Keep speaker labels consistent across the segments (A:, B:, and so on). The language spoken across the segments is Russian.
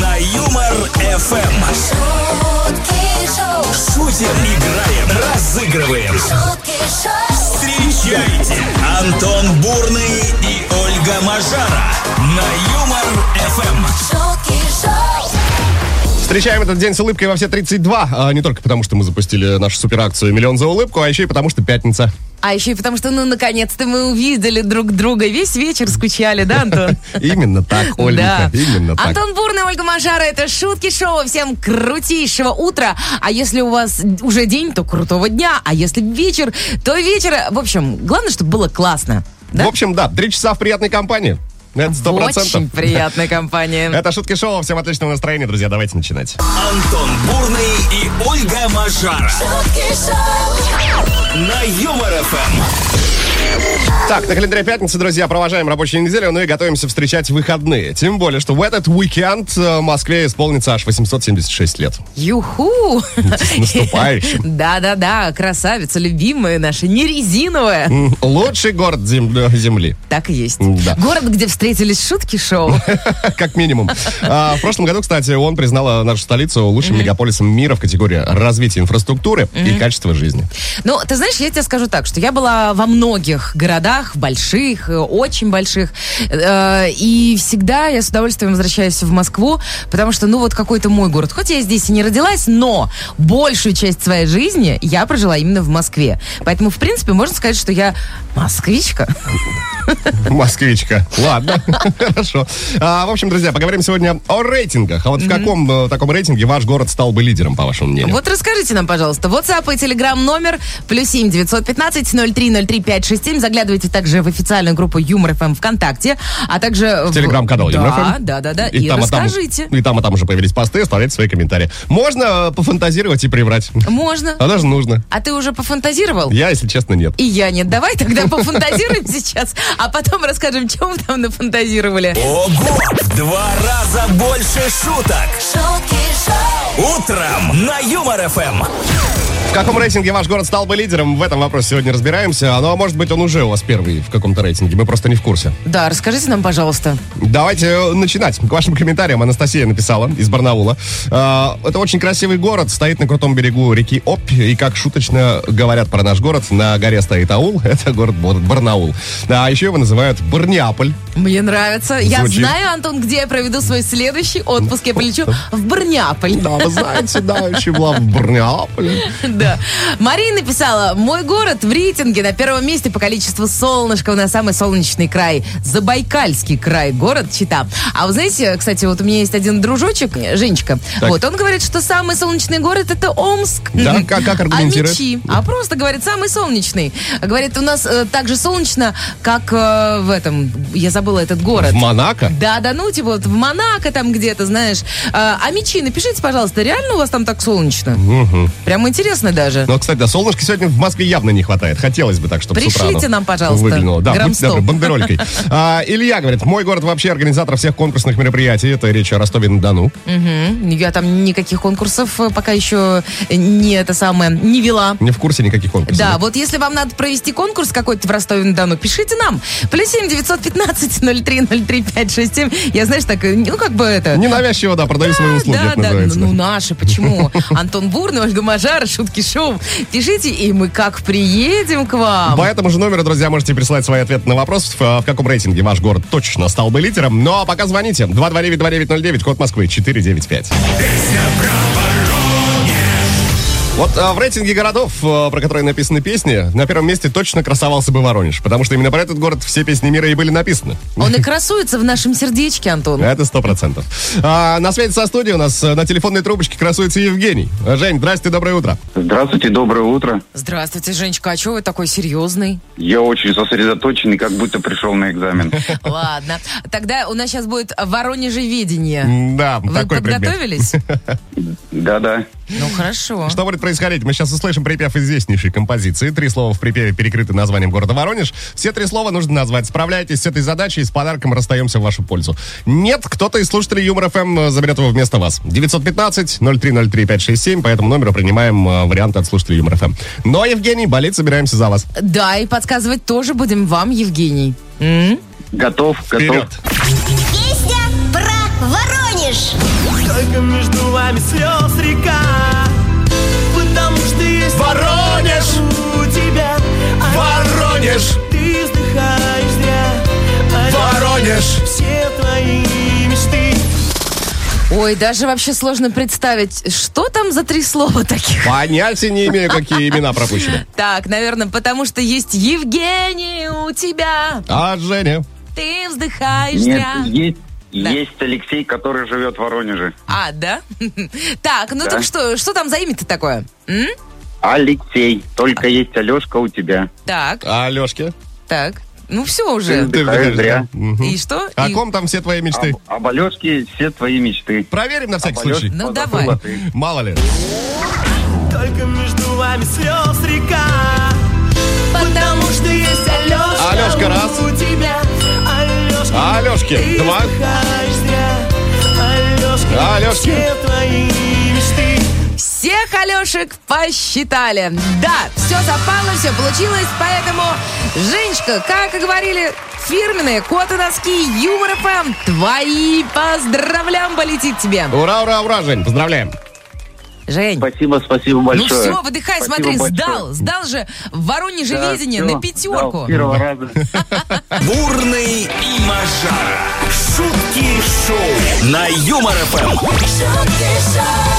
A: На Юмор ФМ. Шутим, играем, разыгрываем. Встречайте Антон Бурный и Ольга Мажара на Юмор Эм. ФМ.
B: Встречаем этот день с улыбкой во все 32. А, не только потому, что мы запустили нашу суперакцию «Миллион за улыбку», а еще и потому, что пятница.
C: А еще и потому, что, ну, наконец-то мы увидели друг друга. Весь вечер скучали, да, Антон?
B: Именно так, Оленька,
C: Да. А
B: именно так.
C: Антон Бурный, Ольга Мажара, это Шутки Шоу. Всем крутейшего утра. А если у вас уже день, то крутого дня. А если вечер, то вечера. В общем, главное, чтобы было классно. Да?
B: В общем, да, три часа в приятной компании. Это сто
C: Очень
B: процентов.
C: приятная компания.
B: Это «Шутки шоу». Всем отличного настроения, друзья. Давайте начинать.
A: Антон Бурный и Ольга Мажара на Юмор Эм. ФМ.
B: Так, на календаре пятница, друзья, провожаем рабочую неделю, ну и готовимся встречать выходные. Тем более, что в этот уикенд э, Москве исполнится аж 876 лет.
C: Юху!
B: С наступающим.
C: Да-да-да, красавица, любимая наша, не резиновая.
B: М, Лучший город зем- э, Земли,
C: Так и есть.
B: Да.
C: Город, где встретились шутки шоу.
B: как минимум. А, В прошлом году, кстати, он признал а, нашу столицу лучшим мегаполисом мира в категории развития инфраструктуры и качества жизни.
C: Ну, ты знаешь, я тебе скажу так, что я была во многих городах, больших, э, очень больших, э, и всегда я с удовольствием возвращаюсь в Москву, потому что, ну, вот какой-то мой город. Хоть я здесь и не родилась, но большую часть своей жизни я прожила именно в Москве. Поэтому, в принципе, можно сказать, что я москвичка.
B: Москвичка. Ладно, хорошо. А, В общем, друзья, поговорим сегодня о рейтингах. А вот в каком э, таком рейтинге ваш город стал бы лидером, по вашему мнению?
C: Вот расскажите нам, пожалуйста, WhatsApp и Telegram номер плюс 7 915 0303 567. Заглядывайте также в официальную группу Юмор ФМ ВКонтакте, а также в
B: Телеграм-канал
C: Да,
B: «Юмор.ФМ».
C: да, да, да. И,
B: эм. И, там,
C: расскажите.
B: И там, и там, уже появились посты, оставляйте свои комментарии. Можно э, пофантазировать и приврать.
C: Можно.
B: А даже нужно.
C: А ты уже пофантазировал?
B: Я, если честно, нет.
C: И я нет. Давай тогда пофантазируем сейчас, а потом расскажем, чем вы там нафантазировали.
A: Ого! В два раза больше шуток. Утром на Юмор Эм. ФМ.
B: В каком рейтинге ваш город стал бы лидером? В этом вопросе сегодня разбираемся. Ну, а может быть, он уже у вас первый в каком-то рейтинге. Мы просто не в курсе.
C: Да, расскажите нам, пожалуйста.
B: Давайте э, начинать. К вашим комментариям Анастасия написала из Барнаула. Э, Это очень красивый город, стоит на крутом берегу реки Обь. И как шуточно говорят про наш город, на горе стоит аул. Это город Бар- Барнаул. А еще его называют Барниаполь.
C: Мне нравится. Я
B: Звучит.
C: знаю, Антон, где я проведу свой следующий отпуск. Я полечу в Барняполь.
B: Да, вы знаете, да, я еще была в Барниаполе.
C: Да. Мария написала, мой город в рейтинге на первом месте по количеству солнышка. У нас самый солнечный край. Забайкальский край, город Чита. А вы знаете, кстати, вот у меня есть один дружочек, Женечка.
B: Так.
C: Вот, он говорит, что самый солнечный город это Омск.
B: Да, как- как аргументирует?
C: А мечи? А просто, говорит, самый солнечный. Говорит, у нас э, так же солнечно, как э, в этом, я забыла этот город.
B: В Монако?
C: Да, да, ну типа вот в Монако там где-то, знаешь. А, а мечи, напишите, пожалуйста, реально у вас там так солнечно? Прям интересно даже.
B: Ну, кстати, да, солнышка сегодня в Москве явно не хватает. Хотелось бы так, чтобы с утра
C: Пришлите
B: оно
C: нам, пожалуйста,
B: выглянуло. Да,
C: грамм
B: будьте добры,
C: 100.
B: бандеролькой. А, Илья говорит, мой город вообще организатор всех конкурсных мероприятий. Это речь о Ростове-на-Дону.
C: Мгм. Я там никаких конкурсов э, пока еще не это самое не вела.
B: Не в курсе никаких конкурсов.
C: Да, вот если вам надо провести конкурс какой-то в Ростове-на-Дону, пишите нам. Плюс семь девятьсот пятнадцать ноль три ноль три пять шесть семь. Я, знаешь, так, э, ну как бы это...
B: Ненавязчиво, да, продаю свои услуги,
C: да,
B: это
C: да,
B: называется.
C: ну наши, почему? Антон Бурный, Ольга Мажара, Шутки Шоу. Пишите, и мы как приедем к вам.
B: А По этому же номеру, друзья, можете присылать свои ответы на вопрос, в, э, в каком рейтинге ваш город точно стал бы лидером. Ну а пока звоните. 229-2909, код Москвы, 495. Вот э, в рейтинге городов, э, про которые написаны песни, на первом месте точно красовался бы Воронеж, потому что именно про этот город все песни мира и были написаны.
C: Он и красуется в нашем сердечке, Антон.
B: Это сто процентов. А, на связи со студией у нас э, на телефонной трубочке красуется Евгений. Э, Жень, здрасте, доброе утро.
D: Здравствуйте, доброе утро.
C: Здравствуйте, Женечка, а чего вы такой серьезный?
D: Я очень сосредоточен и как будто пришел на экзамен.
C: Ладно. Тогда у нас сейчас будет воронежеведение.
B: М, Да,
C: Вы
B: такой предмет.
C: подготовились?
D: Да-да.
C: Ну, хорошо.
B: Что будет происходить? Мы сейчас услышим припев известнейшей композиции. Три слова в припеве перекрыты названием города Воронеж. Все три слова нужно назвать. Справляйтесь с этой задачей и с подарком расстаемся в вашу пользу. Нет, кто-то из слушателей Юмор ФМ э, заберет его вместо вас. 915-0303-567. По этому номеру принимаем э, варианты от слушателей Юмор ФМ. Но, Евгений, болеть собираемся за вас.
C: Да, и подсказывать тоже будем вам, Евгений. М?
D: Готов, готов.
B: Вперед!
E: Песня про ворон.
B: знаешь?
E: Только между вами слез река Потому что есть
B: Воронеж!
E: у тебя а
B: Воронеж!
E: Ты вздыхаешь зря а
B: Воронеж!
E: Все твои мечты
C: Ой, даже вообще сложно представить, что там за три слова таких.
B: Понятия не имею, какие имена пропущены.
C: Так, наверное, потому что есть Евгений у тебя.
B: А Женя?
C: Ты вздыхаешь
D: Нет,
C: зря.
D: есть,
C: Да.
D: есть Алексей, который живет в Воронеже.
C: А, да? Так, ну
D: Да.
C: так что, что там за имя-то такое? М?
D: Алексей, только есть Алешка у тебя.
C: Так,
B: А Алешке?
C: так. Ну все уже.
D: Ты вздыхаешь зря.
B: Мгм.
C: И что?
B: О
C: И-
B: ком там все твои мечты?
D: Об, об Алешке все твои мечты.
B: Проверим на всякий
D: Об Алёшке
B: случай.
C: Ну,
D: позабыла
C: давай.
D: ты.
B: Мало ли.
E: Только между вами слез река Потому что есть Алешка
B: Алёшка, раз.
E: у тебя Алешка,
B: Алёшки,
E: ты
B: два.
E: вздыхаешь зря Алешка,
B: Алёшки.
E: все твои мечты
C: Всех Алешек посчитали. Да, все запало, все получилось, поэтому, Женечка, как и говорили, фирменные коты носки Юмор ФМ, твои поздравлям полетит тебе.
B: Ура, ура, ура, Жень, поздравляем.
C: Жень,
D: Спасибо, спасибо
C: ну
D: большое.
C: все, выдыхай,
D: Спасибо
C: смотри,
D: большое.
C: сдал, сдал же в Воронеже
D: Да,
C: видение
D: всё,
C: на пятерку.
D: сдал с первого раза.
A: Бурный и Мажара. Шутки шоу на Юмор Эм. ФМ.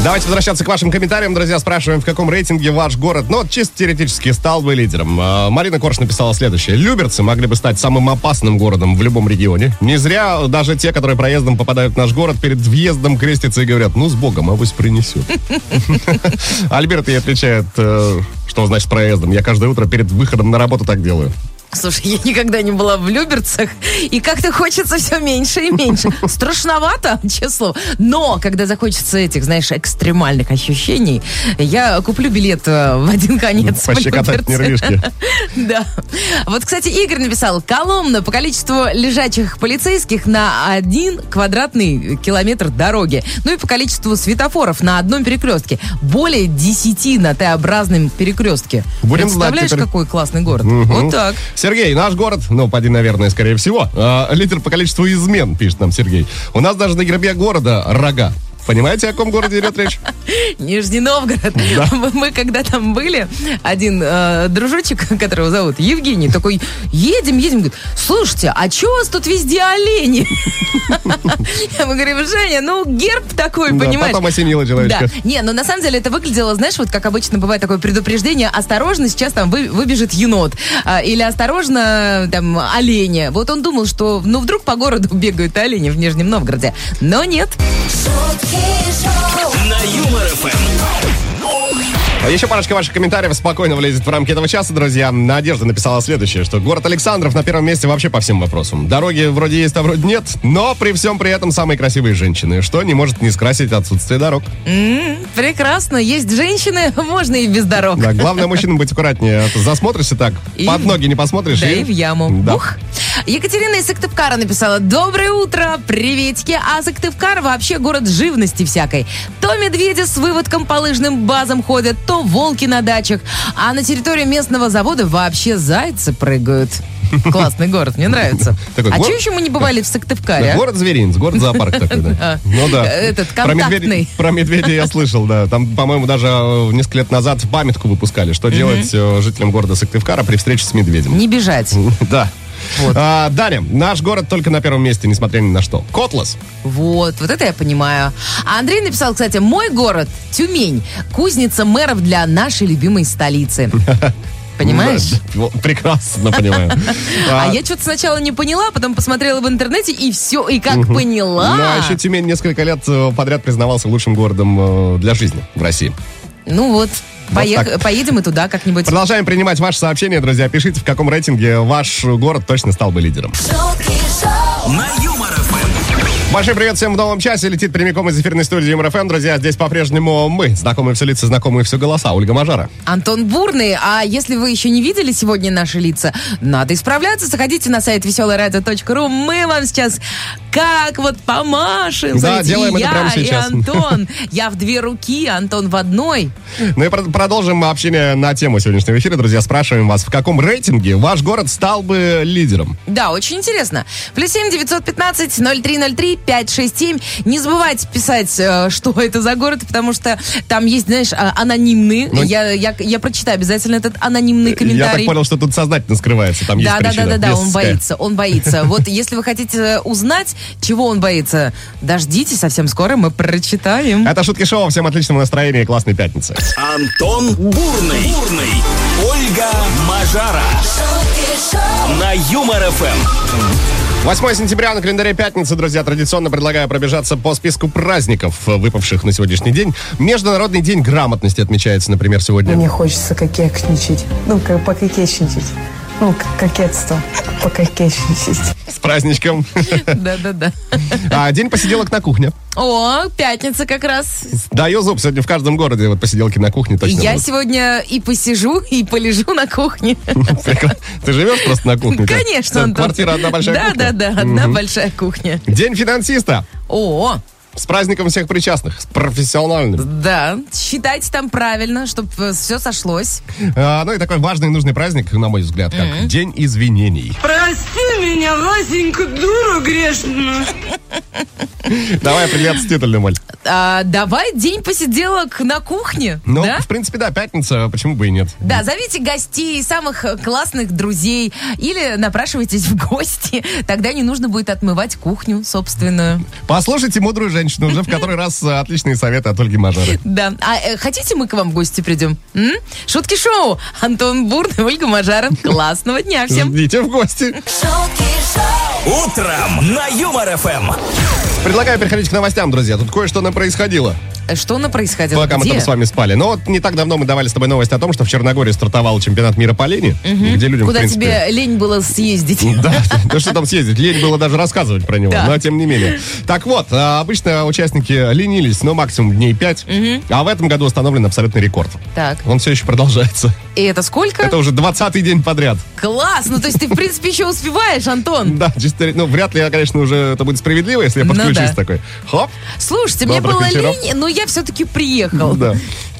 B: Давайте возвращаться к вашим комментариям, друзья. Спрашиваем, в каком рейтинге ваш город, ну, вот чисто теоретически, стал бы лидером. А, Марина Корж написала следующее. Люберцы могли бы стать самым опасным городом в любом регионе. Не зря даже те, которые проездом попадают в наш город, перед въездом крестятся и говорят, ну, с Богом, авось принесет. Альберт ей отвечает, э, что значит проездом. Я каждое утро перед выходом на работу так делаю.
C: Слушай, я никогда не была в Люберцах, и как-то хочется все меньше и меньше. Страшновато, честно. слово. Но, когда захочется этих, знаешь, экстремальных ощущений, я куплю билет э, в один конец. в
B: Пощекотать
C: Люберцы.
B: Ну, нервишки.
C: Да. Вот, кстати, Игорь написал, Коломна по количеству лежачих полицейских на один квадратный километр дороги. Ну и по количеству светофоров на одном перекрестке. Более 10 на Т-образном перекрестке.
B: Будем знать
C: Представляешь,
B: теперь.
C: какой классный город? Вот так.
B: Сергей, наш город, ну, поди, наверное, скорее всего, э, лидер по количеству измен, пишет нам Сергей. У нас даже на гербе города рога. Понимаете, о ком городе идет речь?
C: Нижний Новгород. Мы, мы когда там были, один э, дружочек, которого зовут Евгений, такой, едем, едем, говорит, слушайте, а чё у вас тут везде олени? Мы говорим, Женя, ну герб такой,
B: Да,
C: понимаешь?
B: потом осенило человечка.
C: Да. Не, но на самом деле это выглядело, знаешь, вот как обычно бывает такое предупреждение, осторожно, сейчас там вы- выбежит енот. А, Или осторожно, там, олени. Вот он думал, что, ну, вдруг по городу бегают олени в Нижнем Новгороде. Но нет.
A: На Юмор ФМ.
B: А еще парочка ваших комментариев спокойно влезет в рамки этого часа, друзья. Надежда написала следующее, что город Александров на первом месте вообще по всем вопросам. Дороги вроде есть, а вроде нет, но при всем при этом самые красивые женщины, что не может не скрасить отсутствие дорог.
C: М, Прекрасно. Есть женщины, можно и без дорог.
B: Да, главное мужчинам быть аккуратнее. а то Засмотришься так,
C: И-
B: под ноги не посмотришь.
C: Да и в яму.
B: Да.
C: Бух. Екатерина из Сыктывкара написала «Доброе утро, приветики, а Сыктывкар вообще город живности всякой. То медведи с выводком по лыжным базам ходят, то волки на дачах, а на территории местного завода вообще зайцы прыгают». Классный город, мне нравится.
B: Такой
C: А
B: город-
C: че еще мы не бывали в
B: Да,
C: Сыктывкаре? а?
B: город зверинец, город зоопарк такой,
C: Да.
B: да. Ну да.
C: Этот,
B: Про медведей-
C: контактный.
B: Про медведя я слышал, да. Там, по-моему, даже э, несколько лет назад памятку выпускали, что делать э, жителям города Сыктывкара при встрече с медведем.
C: Не бежать.
B: Да.
C: Вот.
B: А, Далее. Наш город только на первом месте, несмотря ни на что. Котлас.
C: Вот, вот это я понимаю. А Андрей написал, кстати, мой город Тюмень, кузница мэров для нашей любимой столицы. Понимаешь?
B: Да, вот, Прекрасно понимаю.
C: А я что-то сначала не поняла, потом посмотрела в интернете и все, и как
B: Ну, а
C: поняла.
B: еще Тюмень несколько лет э, подряд признавался лучшим городом э, для жизни в России.
C: Ну вот, поех-
B: так.
C: поедем и туда как-нибудь.
B: Продолжаем принимать ваши сообщения, друзья. Пишите, в каком рейтинге ваш город точно стал бы лидером.
A: На Юмор Эм. ФМ.
B: Большой привет всем в новом часе. Летит прямиком из эфирной студии МРФМ. Друзья, здесь по-прежнему мы. Знакомые все лица, знакомые все голоса. Ольга Мажара.
C: Антон Бурный, а если вы еще не видели сегодня наши лица, надо исправляться. Заходите на сайт веселорадио.ру. Мы вам сейчас как вот помашем.
B: Да,
C: знаете,
B: делаем
C: и
B: это
C: я,
B: прямо сейчас.
C: И Антон. Я в две руки, Антон в одной.
B: Ну и прод- продолжим общение на тему сегодняшнего эфира. Друзья, спрашиваем вас, в каком рейтинге ваш город стал бы лидером?
C: Да, очень интересно. Плюс семь девятьсот пятнадцать ноль три ноль три пять шесть семь. Не забывайте писать, э, что это за город, потому что там есть, знаешь, а, анонимные.
B: Ну,
C: я, я, я прочитаю обязательно этот анонимный
B: Я так
C: комментарий.
B: понял, что тут сознательно скрывается, там есть
C: Да, да, да,
B: причина.
C: да, да, он
B: бесовская.
C: боится, он боится. Вот если вы хотите узнать, чего он боится, дождите, совсем скоро мы прочитаем.
B: Это Шутки Шоу. Всем отличного настроения и классной пятницы.
A: Антон Бурный. Бурный. Ольга Мажара. На Юмор ФМ.
B: 8 сентября на календаре пятница, друзья. Традиционно предлагаю пробежаться по списку праздников, э, выпавших на сегодняшний день. Международный день грамотности отмечается, например, сегодня.
F: Мне хочется кокетничать. Ну, как пококетничать. Ну, к- кокетство. Пококетничать.
B: С праздничком.
C: Да, да, да.
B: А, день посиделок на кухне.
C: О, пятница как раз.
B: Даю зуб, сегодня в каждом городе вот посиделки на кухне точно.
C: Я
B: будут.
C: сегодня и посижу, и полежу на кухне.
B: Прикольно. Ты живешь просто на кухне? так?
C: Конечно, Антон.
B: Квартира одна большая
C: Да,
B: кухня?
C: да, да, одна большая кухня.
B: День финансиста.
C: О,
B: С праздником всех причастных. С профессиональным.
C: да, считайте там правильно, чтобы все сошлось.
B: А, ну и такой важный и нужный праздник, на мой взгляд, как День извинений.
G: Прости меня, Васенька, дуру грешную.
B: Давай привет с титульным, Оль.
C: А, давай день посиделок на кухне,
B: Ну,
C: да?
B: в принципе, да, пятница, а почему бы и нет.
C: Да, зовите гостей, самых э, классных друзей или напрашивайтесь в гости. Тогда не нужно будет отмывать кухню собственную.
B: Послушайте мудрую женщину, уже в который раз э, отличные советы от Ольги Мажары.
C: Да. А э, хотите мы к вам в гости придем? М? Шутки шоу. Антон Бурный, Ольга Мажара. Классного дня всем.
B: Ждите в гости.
A: Утром на Юмор ФМ.
B: Предлагаю переходить к новостям, друзья. Тут кое-что нам происходило,
C: Э, Что она происходило?
B: пока мы
C: Где?
B: там с вами спали. Но вот не так давно мы давали с тобой новость о том, что в Черногории стартовал чемпионат мира по лени, где людям, в
C: Куда
B: принципе,
C: тебе лень было съездить?
B: Да, да что там съездить, лень было даже рассказывать про него,
C: Да.
B: но тем не менее. Так вот, а, обычно участники ленились, но максимум дней 5, а в этом году установлен абсолютный рекорд.
C: Так,
B: Он все еще продолжается.
C: и это сколько?
B: Это уже 20-й день подряд.
C: Класс! Ну, то есть ты, в принципе, еще успеваешь, Антон.
B: Да, чисто, ну, вряд ли, конечно, уже это будет справедливо, если я
C: Ну
B: подключусь
C: да.
B: такой. Хоп,
C: Слушайте, мне
B: Добрых
C: было
B: вечеров.
C: лень, но я все-таки приехал.
B: да.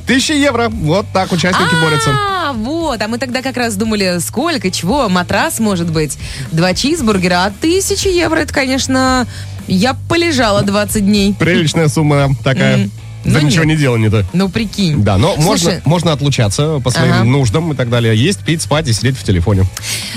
B: Тысяча евро, вот так участники борются.
C: А, вот, а мы тогда как раз думали, сколько, чего, матрас, может быть, два чизбургера, а тысяча евро, это, конечно, я полежала 20 дней.
B: Приличная сумма такая.
C: Мгм.
B: За
C: Ну,
B: ничего не
C: нет.
B: делание-то.
C: Ну, прикинь.
B: Да, но можно,
C: Слушай,
B: можно отлучаться по своим
C: Ага.
B: нуждам и так далее. Есть, пить, спать и сидеть в телефоне.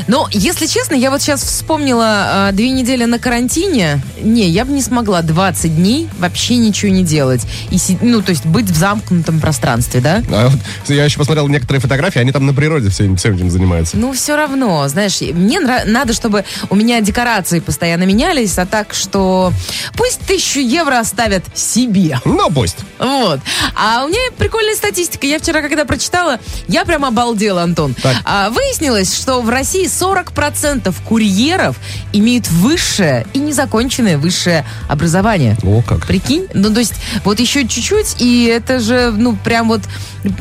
C: Но, Ну, если честно, я вот сейчас вспомнила э, две недели на карантине. Не, я бы не смогла 20 дней вообще ничего не делать. И, си- ну, то есть быть в замкнутом пространстве, да?
B: А вот я еще посмотрел некоторые фотографии, они там на природе всем, всем этим занимаются.
C: Ну, все равно, знаешь, мне нра- надо, чтобы у меня декорации постоянно менялись, а так, что пусть тысячу евро оставят себе.
B: Ну, пусть.
C: Вот. А у меня прикольная статистика. Я вчера, когда прочитала, я прям обалдела, Антон.
B: Так.
C: А, выяснилось, что в России 40% курьеров имеют высшее и незаконченное высшее образование.
B: О, как.
C: Прикинь? Ну, то есть, вот еще чуть-чуть, и это же, ну, прям вот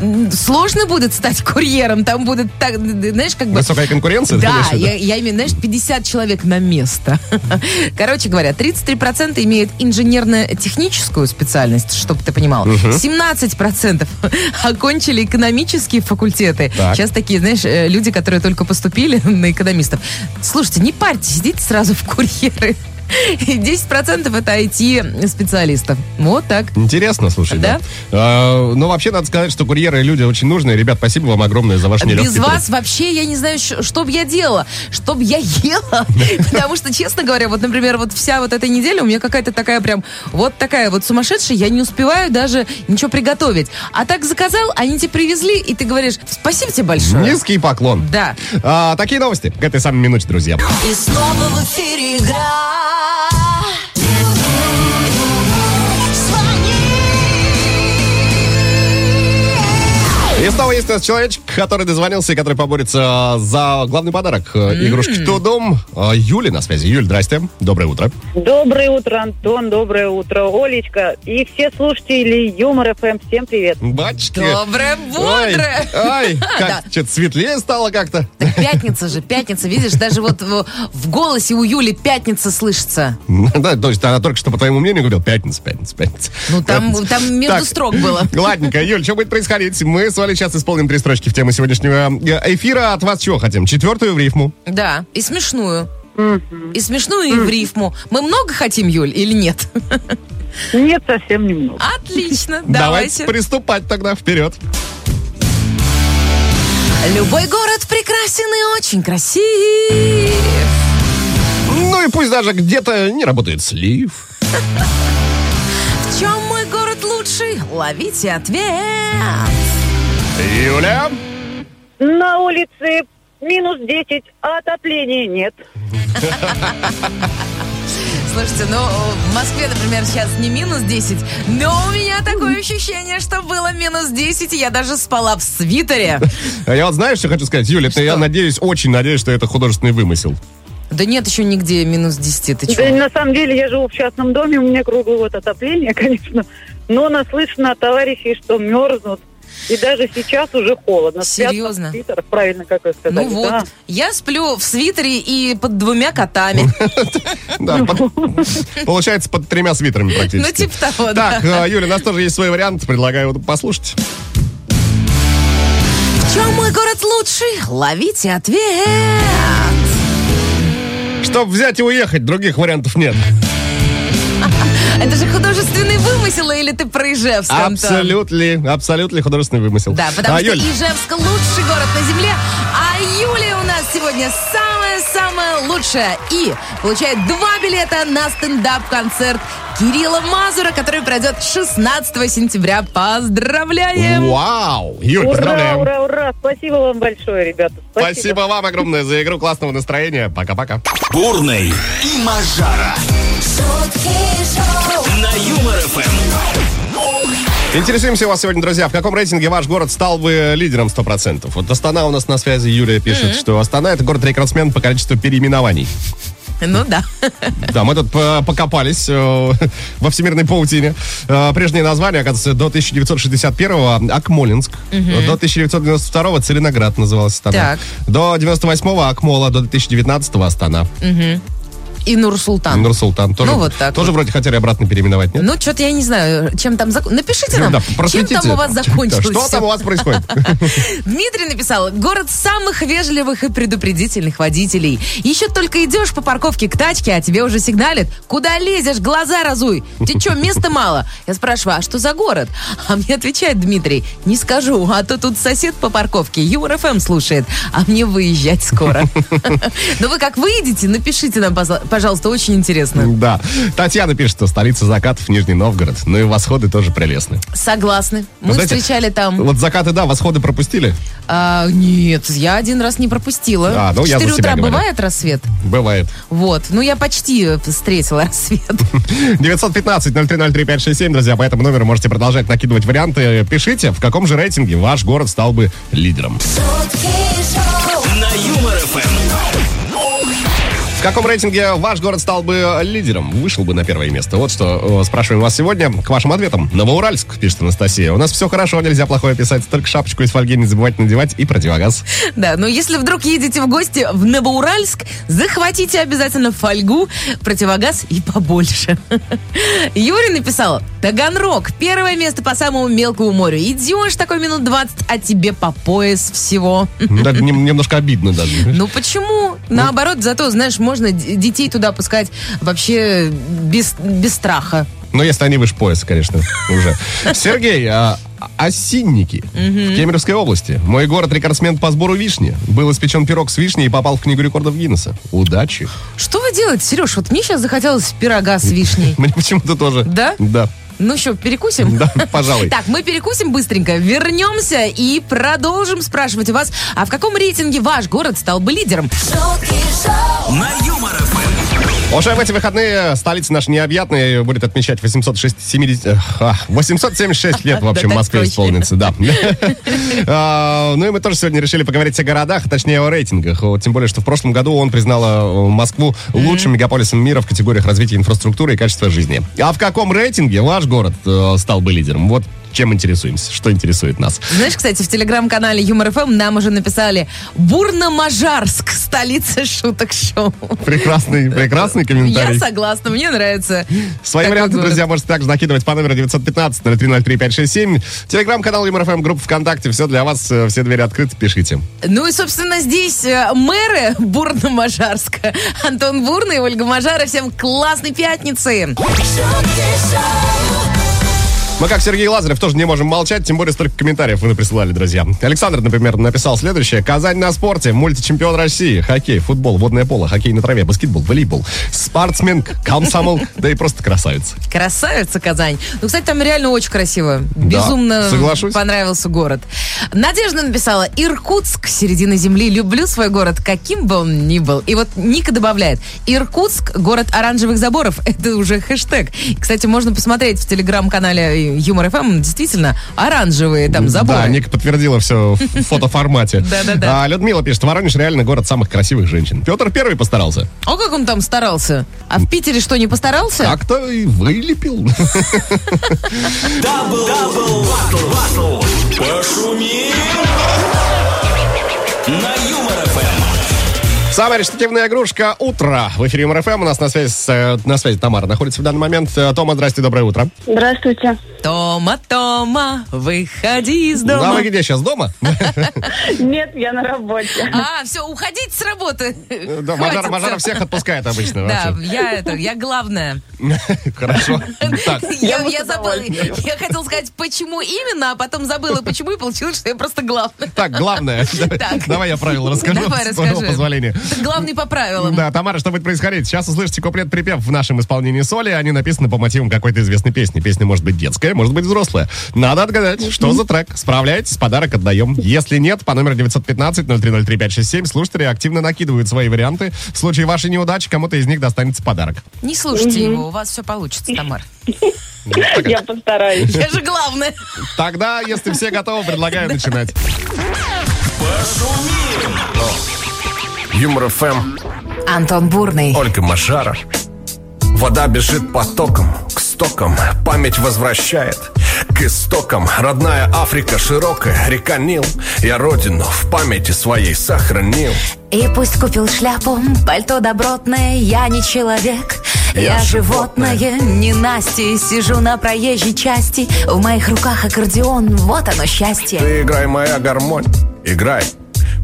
C: м, сложно будет стать курьером. Там будет так, знаешь, как бы...
B: Высокая конкуренция? ты имеешь
C: Да,
B: в виду?
C: я, я имею, знаешь, 50 человек на место. Короче говоря, 33% имеют инженерно-техническую специальность, чтобы ты понимал. 17% окончили экономические факультеты.
B: Так.
C: Сейчас такие, знаешь, э, люди, которые только поступили на экономистов. Слушайте, не парьтесь, идите сразу в курьеры. И 10% это IT-специалистов. Вот так.
B: Интересно, слушай.
C: Да?
B: А, ну, вообще, надо сказать, что курьеры и люди очень нужные. Ребят, спасибо вам огромное за ваш нелегкий
C: Без
B: труд.
C: вас вообще я не знаю, щ- что бы я делала, что бы я ела. Потому что, честно говоря, вот, например, вот вся вот эта неделя у меня какая-то такая прям вот такая вот сумасшедшая, я не успеваю даже ничего приготовить. А так заказал, они тебе привезли, и ты говоришь, спасибо тебе большое.
B: Низкий поклон.
C: Да.
B: А, такие новости к этой самой минуте, друзья.
G: И снова в эфире игра. Звони.
B: И снова есть у нас человечек, который дозвонился и который поборется за главный подарок э,
C: М-м.
B: игрушки Тудум. Э, Юля на связи. Юль, здрасте. Доброе утро.
H: Доброе утро, Антон, доброе утро, Олечка и все слушатели Юмор ФМ, всем привет.
B: Батюшки.
C: Доброе
B: Ой,
C: утро!
B: ай, как что-то светлее стало как-то.
C: Так пятница же, пятница, видишь, даже вот в, в голосе у Юли пятница слышится.
B: Да, то есть она только что по твоему мнению говорила пятница, пятница, пятница.
C: Ну, там,
B: Пятница.
C: там между
B: Так.
C: строк было.
B: Ладненько, Юль, что будет происходить? Мы с вами сейчас исполним три строчки в тему сегодняшнего э, эфира. От вас чего хотим? Четвертую в рифму.
C: Да, и смешную. И смешную, и в рифму. Мы много хотим, Юль, или нет?
H: Нет, совсем немного.
C: Отлично,
B: Давайте
C: давайте.
B: приступать тогда вперед.
C: Любой город прекрасен и очень красив.
B: Ну и пусть даже где-то не работает слив.
C: В чем мой город лучший? Ловите ответ.
B: Юля,
H: На улице минус 10, а отопления нет.
C: Слушайте, ну, в Москве, например, сейчас не минус 10, но у меня такое ощущение, что было минус 10, и я даже спала в свитере.
B: а я вот знаешь, что хочу сказать? Юля, это я надеюсь, очень надеюсь, что это художественный вымысел.
C: Да нет еще нигде минус 10, ты
H: Да,
C: чего?
H: на самом деле я живу в частном доме, у меня круглый отопление, конечно, но наслышано от товарищей, что мерзнут. И даже сейчас уже холодно. Спят
C: Серьезно?
H: в свитерах, правильно, как вы сказали.
C: Ну вот,
H: да.
C: я сплю в свитере и под двумя котами.
B: Да, под- получается, под тремя свитерами практически.
C: Ну, типа того, да.
B: Так, э, Юля, у нас тоже есть свой вариант, предлагаю его послушать.
C: В чем мой город лучший? Ловите ответ.
B: Чтоб взять и уехать, других вариантов нет.
C: Это же художественный вымысел, или ты про Ижевск, Антон?
B: Абсолютно, абсолютно художественный вымысел.
C: Да, потому
B: А,
C: что
B: Юль,
C: Ижевск лучший город на земле, а Юлия у нас сегодня самая-самая лучшая. И получает два билета на стендап-концерт Кирилла Мазура, который пройдет 16 сентября. Поздравляем!
B: Вау! Юль,
H: Ура,
B: поздравляем!
H: ура, ура. Спасибо вам большое, ребята.
B: Спасибо вам огромное за игру, классного настроения. Пока-пока.
A: Бурный и Мажара. На Юмор ФМ.
B: Интересуемся у вас сегодня, друзья. В каком рейтинге ваш город стал бы лидером 100%? Вот Астана у нас на связи. Юлия пишет, что Астана — это город-рекордсмен по количеству переименований.
C: Ну да.
B: Да, мы тут э, покопались э, во всемирной паутине. Э, Прежнее название, оказывается, до 1961-го Акмолинск. До 1992-го Целиноград называлась Астана.
C: Так.
B: До 98-го Акмола, до 2019-го Астана.
C: И Нур-Султан.
B: Нур-Султан. Тоже,
C: Ну, вот так
B: Тоже вроде хотели обратно переименовать, нет?
C: Ну, что-то я не знаю, чем там зак- Напишите нам,
B: Ну Да,
C: чем
B: просветите.
C: там у вас закончилось.
B: Что
C: всё.
B: там у вас происходит?
C: Дмитрий написал, город самых вежливых и предупредительных водителей. Еще только идешь по парковке к тачке, а тебе уже сигналят. Куда лезешь, глаза разуй. Тебе что, места мало? Я спрашиваю, а что за город? А мне отвечает Дмитрий, не скажу, а то тут сосед по парковке Юмор ФМ слушает, а мне выезжать скоро. Но вы как выйдете, напишите нам, позла- пожалуйста, очень интересно.
B: Да. Татьяна пишет, что столица закатов Нижний Новгород. Ну и восходы тоже прелестны.
C: Согласны. Мы
B: Знаете,
C: встречали там...
B: Вот закаты, да, восходы пропустили.
C: А, нет, я один раз не пропустила.
B: А, ну,
C: В
B: я за
C: 4
B: себя
C: утра
B: говорю.
C: бывает рассвет?
B: Бывает.
C: Вот, ну я почти встретила рассвет.
B: 915-0303-567, друзья, по этому номеру можете продолжать накидывать варианты. Пишите, в каком же рейтинге ваш город стал бы лидером.
A: На Юмор ФМ.
B: В каком рейтинге ваш город стал бы лидером? Вышел бы на первое место. Вот что э, спрашиваем вас сегодня. К вашим ответам. Новоуральск, пишет Анастасия. У нас все хорошо, нельзя плохое писать. Только шапочку из фольги не забывайте надевать и противогаз.
C: Да, но если вдруг едете в гости в Новоуральск, захватите обязательно фольгу, противогаз и побольше. Юрий написал, Таганрог, первое место по самому мелкому морю. Идешь такой минут 20, а тебе по пояс всего.
B: Да, Ну, нем- Немножко обидно даже.
C: Ну почему? Наоборот, зато, знаешь, можно д- детей туда пускать вообще без, без страха.
B: Но если они выше пояса, конечно, уже. Сергей, а, осинники в Кемеровской области. Мой город-рекордсмен по сбору вишни. Был испечен пирог с вишней и попал в книгу рекордов Гиннесса. Удачи.
C: Что вы делаете, Сереж? Вот мне сейчас захотелось пирога с вишней.
B: Мне почему-то тоже.
C: Да?
B: Да.
C: Ну что, перекусим?
B: Да, пожалуй.
C: Так, мы перекусим быстренько, вернемся и продолжим спрашивать у вас, а в каком рейтинге ваш город стал бы лидером?
A: На Юмор ФМ.
B: Уже в эти выходные столица наша необъятная будет отмечать 870, эх, а, 876 лет, в общем,
C: Да, так
B: Москве
C: точно.
B: исполнится, да. А, Ну и мы тоже сегодня решили поговорить о городах, а точнее о рейтингах. О, Тем более, что в прошлом году он признал э, Москву лучшим мегаполисом мира в категориях развития инфраструктуры и качества жизни. А в каком рейтинге ваш город э, стал бы лидером? Вот чем интересуемся, что интересует нас.
C: Знаешь, кстати, в телеграм-канале Юмор ФМ нам уже написали Бурно-Мажарск, столица шуток шоу.
B: Прекрасный, прекрасный
C: Я
B: комментарий.
C: согласна, мне нравится.
B: Свои
C: такой
B: варианты,
C: город.
B: друзья, можете также накидывать по номеру 915-0303-567. Телеграм-канал ЮморФМ, группа ВКонтакте. Все для вас, э, все двери открыты, пишите.
C: Ну и, собственно, здесь э, мэры Бурно-Мажарска. Антон Бурный, и Ольга Мажара. Всем классной пятницы.
B: Мы, как Сергей Лазарев, тоже не можем молчать, тем более столько комментариев вы нам присылали, друзья. Александр, например, написал следующее. Казань на спорте, мультичемпион России, хоккей, футбол, водное поло, хоккей на траве, баскетбол, волейбол, спортсмен, комсомол, да и просто красавица.
C: Красавица Казань. Ну, кстати, там реально очень красиво.
B: Да,
C: Безумно
B: соглашусь.
C: понравился город. Надежда написала, Иркутск, середина земли, люблю свой город, каким бы он ни был. И вот Ника добавляет, Иркутск, город оранжевых заборов, это уже хэштег. Кстати, можно посмотреть в телеграм-канале Юмор ФМ, действительно, оранжевые там заборы.
B: Да, Ника подтвердила все в фотоформате.
C: Да-да-да.
B: А, Людмила пишет, Воронеж реально город самых красивых женщин. Петр Первый постарался.
C: О, как он там старался. А в Питере что, не постарался?
B: Как-то и вылепил.
E: Дабл, дабл, батл, батл. Пошумим. На Юмор ФМ.
B: Самая рештативная игрушка «Утро». В эфире МРФМ. У нас на связи, с, э, на связи Тамара находится в данный момент. Э, Тома, здрасте, доброе утро.
I: Здравствуйте.
C: Тома, Тома, выходи из
B: Ну, а
C: дома.
B: вы где сейчас, дома?
I: Нет, я на работе.
C: А, все, уходить с работы.
B: Да,
C: Хватит
B: Мажара Мажара
C: всё.
B: всех отпускает обычно
C: Да,
B: вообще.
C: я это, я главная.
B: Хорошо. Так,
C: Я,
I: бы с
C: я забыла.
I: удовольствием.
C: Я хотела сказать, почему именно, а потом забыла, почему, и получилось, что я просто главная.
B: так, главное.
C: Так.
B: Давай я правила расскажу.
C: Давай,
B: с твоего
C: расскажи.
B: позволения.
C: Так главный по правилам.
B: Да, Тамара, что будет происходить? Сейчас услышите куплет-припев в нашем исполнении соли. Они написаны по мотивам какой-то известной песни. Песня может быть детская, может быть взрослая. Надо отгадать, что за трек. Справляйтесь, подарок отдаем. Если нет, по номеру 915-0303-567 слушатели активно накидывают свои варианты. В случае вашей неудачи кому-то из них достанется подарок.
C: Не слушайте его, у вас все получится, Тамар.
I: Я постараюсь.
C: Я же главная.
B: Тогда, если все готовы, предлагаю начинать.
J: Юмор ФМ,
C: Антон Бурный.
J: Ольга Мажара. Вода бежит потоком, к стокам, память возвращает к истокам. Родная Африка широкая, река Нил. Я родину в памяти своей сохранил.
K: И пусть купил шляпу, пальто добротное, я не человек. Я,
J: Я
K: животное, не Насти, сижу на проезжей части. В моих руках аккордеон, вот оно счастье.
J: Ты играй, моя гармонь, играй.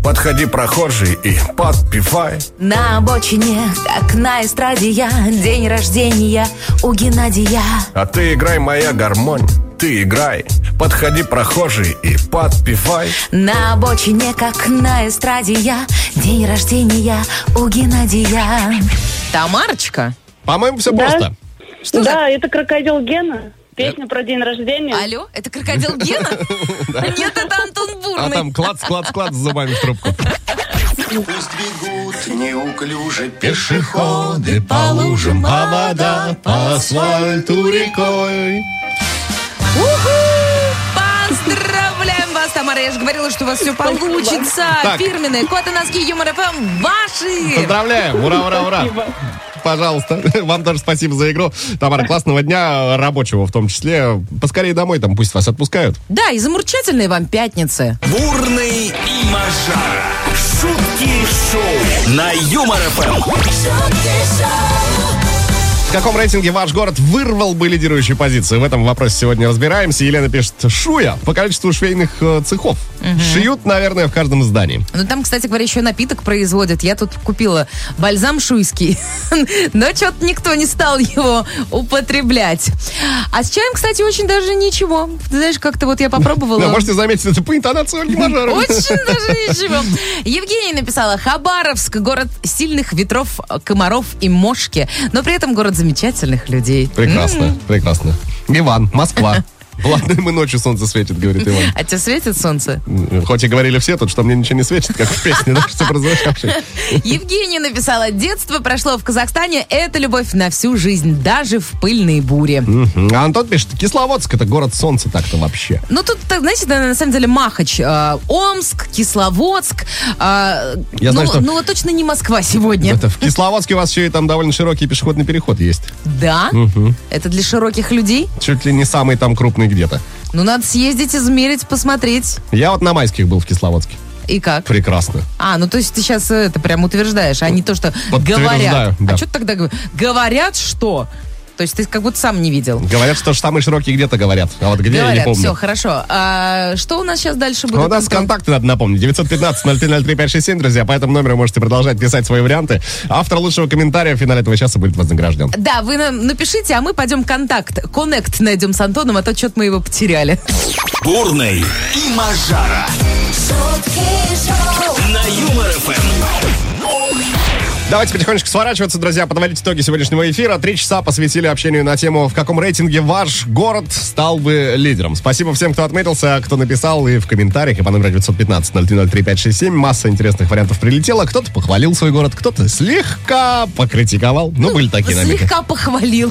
J: Подходи, прохожий, и подпевай.
K: На обочине, как на эстраде я, день рождения у Геннадия.
J: А ты играй, моя гармонь, ты играй. Подходи, прохожий, и подпевай.
K: На обочине, как на эстраде я, день рождения у Геннадия.
C: Тамарочка.
B: По-моему, все
I: Да?
B: просто.
C: Что за- Э,
I: Да, это крокодил Гена. Песня про день рождения.
C: Алло, это крокодил Гена? Нет, это Антон
B: А
C: Бурный.
B: там клац, клац, клац с зубами в трубку.
E: Пусть бегут неуклюже
B: Пешеходы по лужам, а вода по асфальту рекой.
C: Уху! Поздравляем вас, Тамара. Я же говорила, что у вас все получится.
B: Так.
C: Фирменные коты, носки, юмор ФМ ваши.
B: Поздравляем! Ура, ура, ура! Пожалуйста, вам тоже спасибо за игру. Тамара, классного дня, рабочего в том числе. Поскорее домой, там пусть вас отпускают.
C: Да, и замурчательные вам пятницы.
A: Бурный и Мажара.
E: Шутки шоу.
A: На Юмор ФМ.
B: В каком рейтинге ваш город вырвал бы лидирующую позицию? В этом вопросе сегодня разбираемся. Елена пишет, шуя по количеству швейных э, цехов. Шьют, наверное, в каждом здании.
C: Ну, там, кстати говоря, еще напиток производят. Я тут купила бальзам шуйский, но что-то никто не стал его употреблять. А с чаем, кстати, очень даже ничего. Ты знаешь, как-то вот я попробовала.
B: Да, можете заметить, это по интонации Ольги Мажаровой.
C: Очень даже ничего. Евгения написала, Хабаровск, город сильных ветров, комаров и мошки, но при этом город замечательных людей.
B: Прекрасно, прекрасно. Иван, Москва. Ладно, мы ночью солнце светит, говорит Иван.
C: А тебе светит солнце?
B: Хоть и говорили все тут, что мне ничего не светит, как в песне, да, что прозвучавшей.
C: Евгения написала, детство прошло в Казахстане, это любовь на всю жизнь, даже в пыльные бури.
B: Мгм. А Антон пишет, Кисловодск это город солнца так-то вообще.
C: Ну, тут, так, знаете, на на самом деле махач. Э, Омск, Кисловодск. э,
B: Я
C: ну,
B: знаю, что-
C: ну, вот точно не Москва сегодня.
B: Это в Кисловодске у вас еще и там довольно широкий пешеходный переход есть.
C: Да?
B: Мгм.
C: Это для широких людей?
B: Чуть ли не самый там крупный где-то.
C: Ну, надо съездить, измерить, посмотреть.
B: Я вот на майских был в Кисловодске.
C: И как?
B: Прекрасно.
C: А, ну то есть ты сейчас это прям утверждаешь, а не то, что говорят.
B: Подтверждаю, да.
C: А что ты тогда говор- говорят что? То есть ты как будто сам не видел.
B: Говорят, что ж самые широкие где-то говорят. А вот где, я не
C: говорят,
B: помню.
C: все, хорошо. А что у нас сейчас дальше будет?
B: Ну, у нас контакты надо напомнить. 915-0303-567, друзья. По этому номеру можете продолжать писать свои варианты. Автор лучшего комментария в финале этого часа будет вознагражден.
C: Да, вы нам напишите, а мы пойдем контакт, коннект найдем с Антоном, а то что-то мы его потеряли.
A: Бурный и Мажара. На Юмор ФМ.
B: Давайте потихонечку сворачиваться, друзья, подводить итоги сегодняшнего эфира. Три часа посвятили общению на тему, в каком рейтинге ваш город стал бы лидером. Спасибо всем, кто отметился, кто написал и в комментариях, и по номеру 915-0303-567. Масса интересных вариантов прилетела. Кто-то похвалил свой город, кто-то слегка покритиковал. Ну, были такие намеки.
C: Слегка похвалил.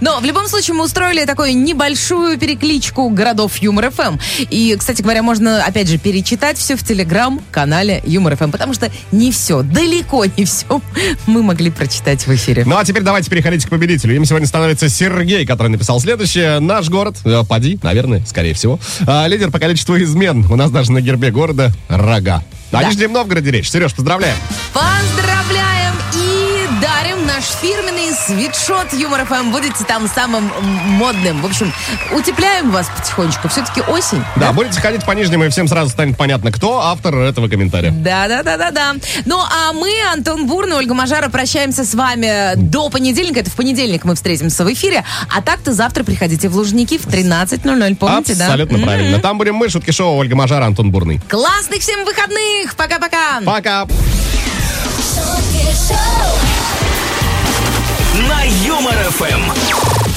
C: Но в любом случае мы устроили такую небольшую перекличку городов Юмор ФМ. И, кстати говоря, можно, опять же, перечитать все в телеграм-канале Юмор ФМ, потому что не все, далеко не все мы могли прочитать в эфире.
B: Ну а теперь давайте переходить к победителю. Им сегодня становится Сергей, который написал следующее. Наш город, э, поди, наверное, скорее всего, А, лидер по количеству измен. У нас даже на гербе города рога. О
C: Да.
B: Нижнем Новгороде речь. Сереж, поздравляем.
C: Поздравляем и дарим наш фирменный свитшот Юмор ФМ. Будете там самым м, модным. В общем, утепляем вас потихонечку. Все-таки осень.
B: Да, будете ходить по нижнему, и всем сразу станет понятно, кто автор этого комментария.
C: Да-да-да-да-да. Ну, а мы, Антон Бурн и Ольга Мажара, прощаемся с вами до понедельника. Это в понедельник мы встретимся в эфире. А так-то завтра приходите в Лужники в 13.00. Помните,
B: Абсолютно
C: да?
B: правильно. Там будем мы, шутки шоу Ольга Мажара, Антон Бурный.
C: Классных всем выходных! Пока-пока!
B: Пока!
A: На Юмор ФМ.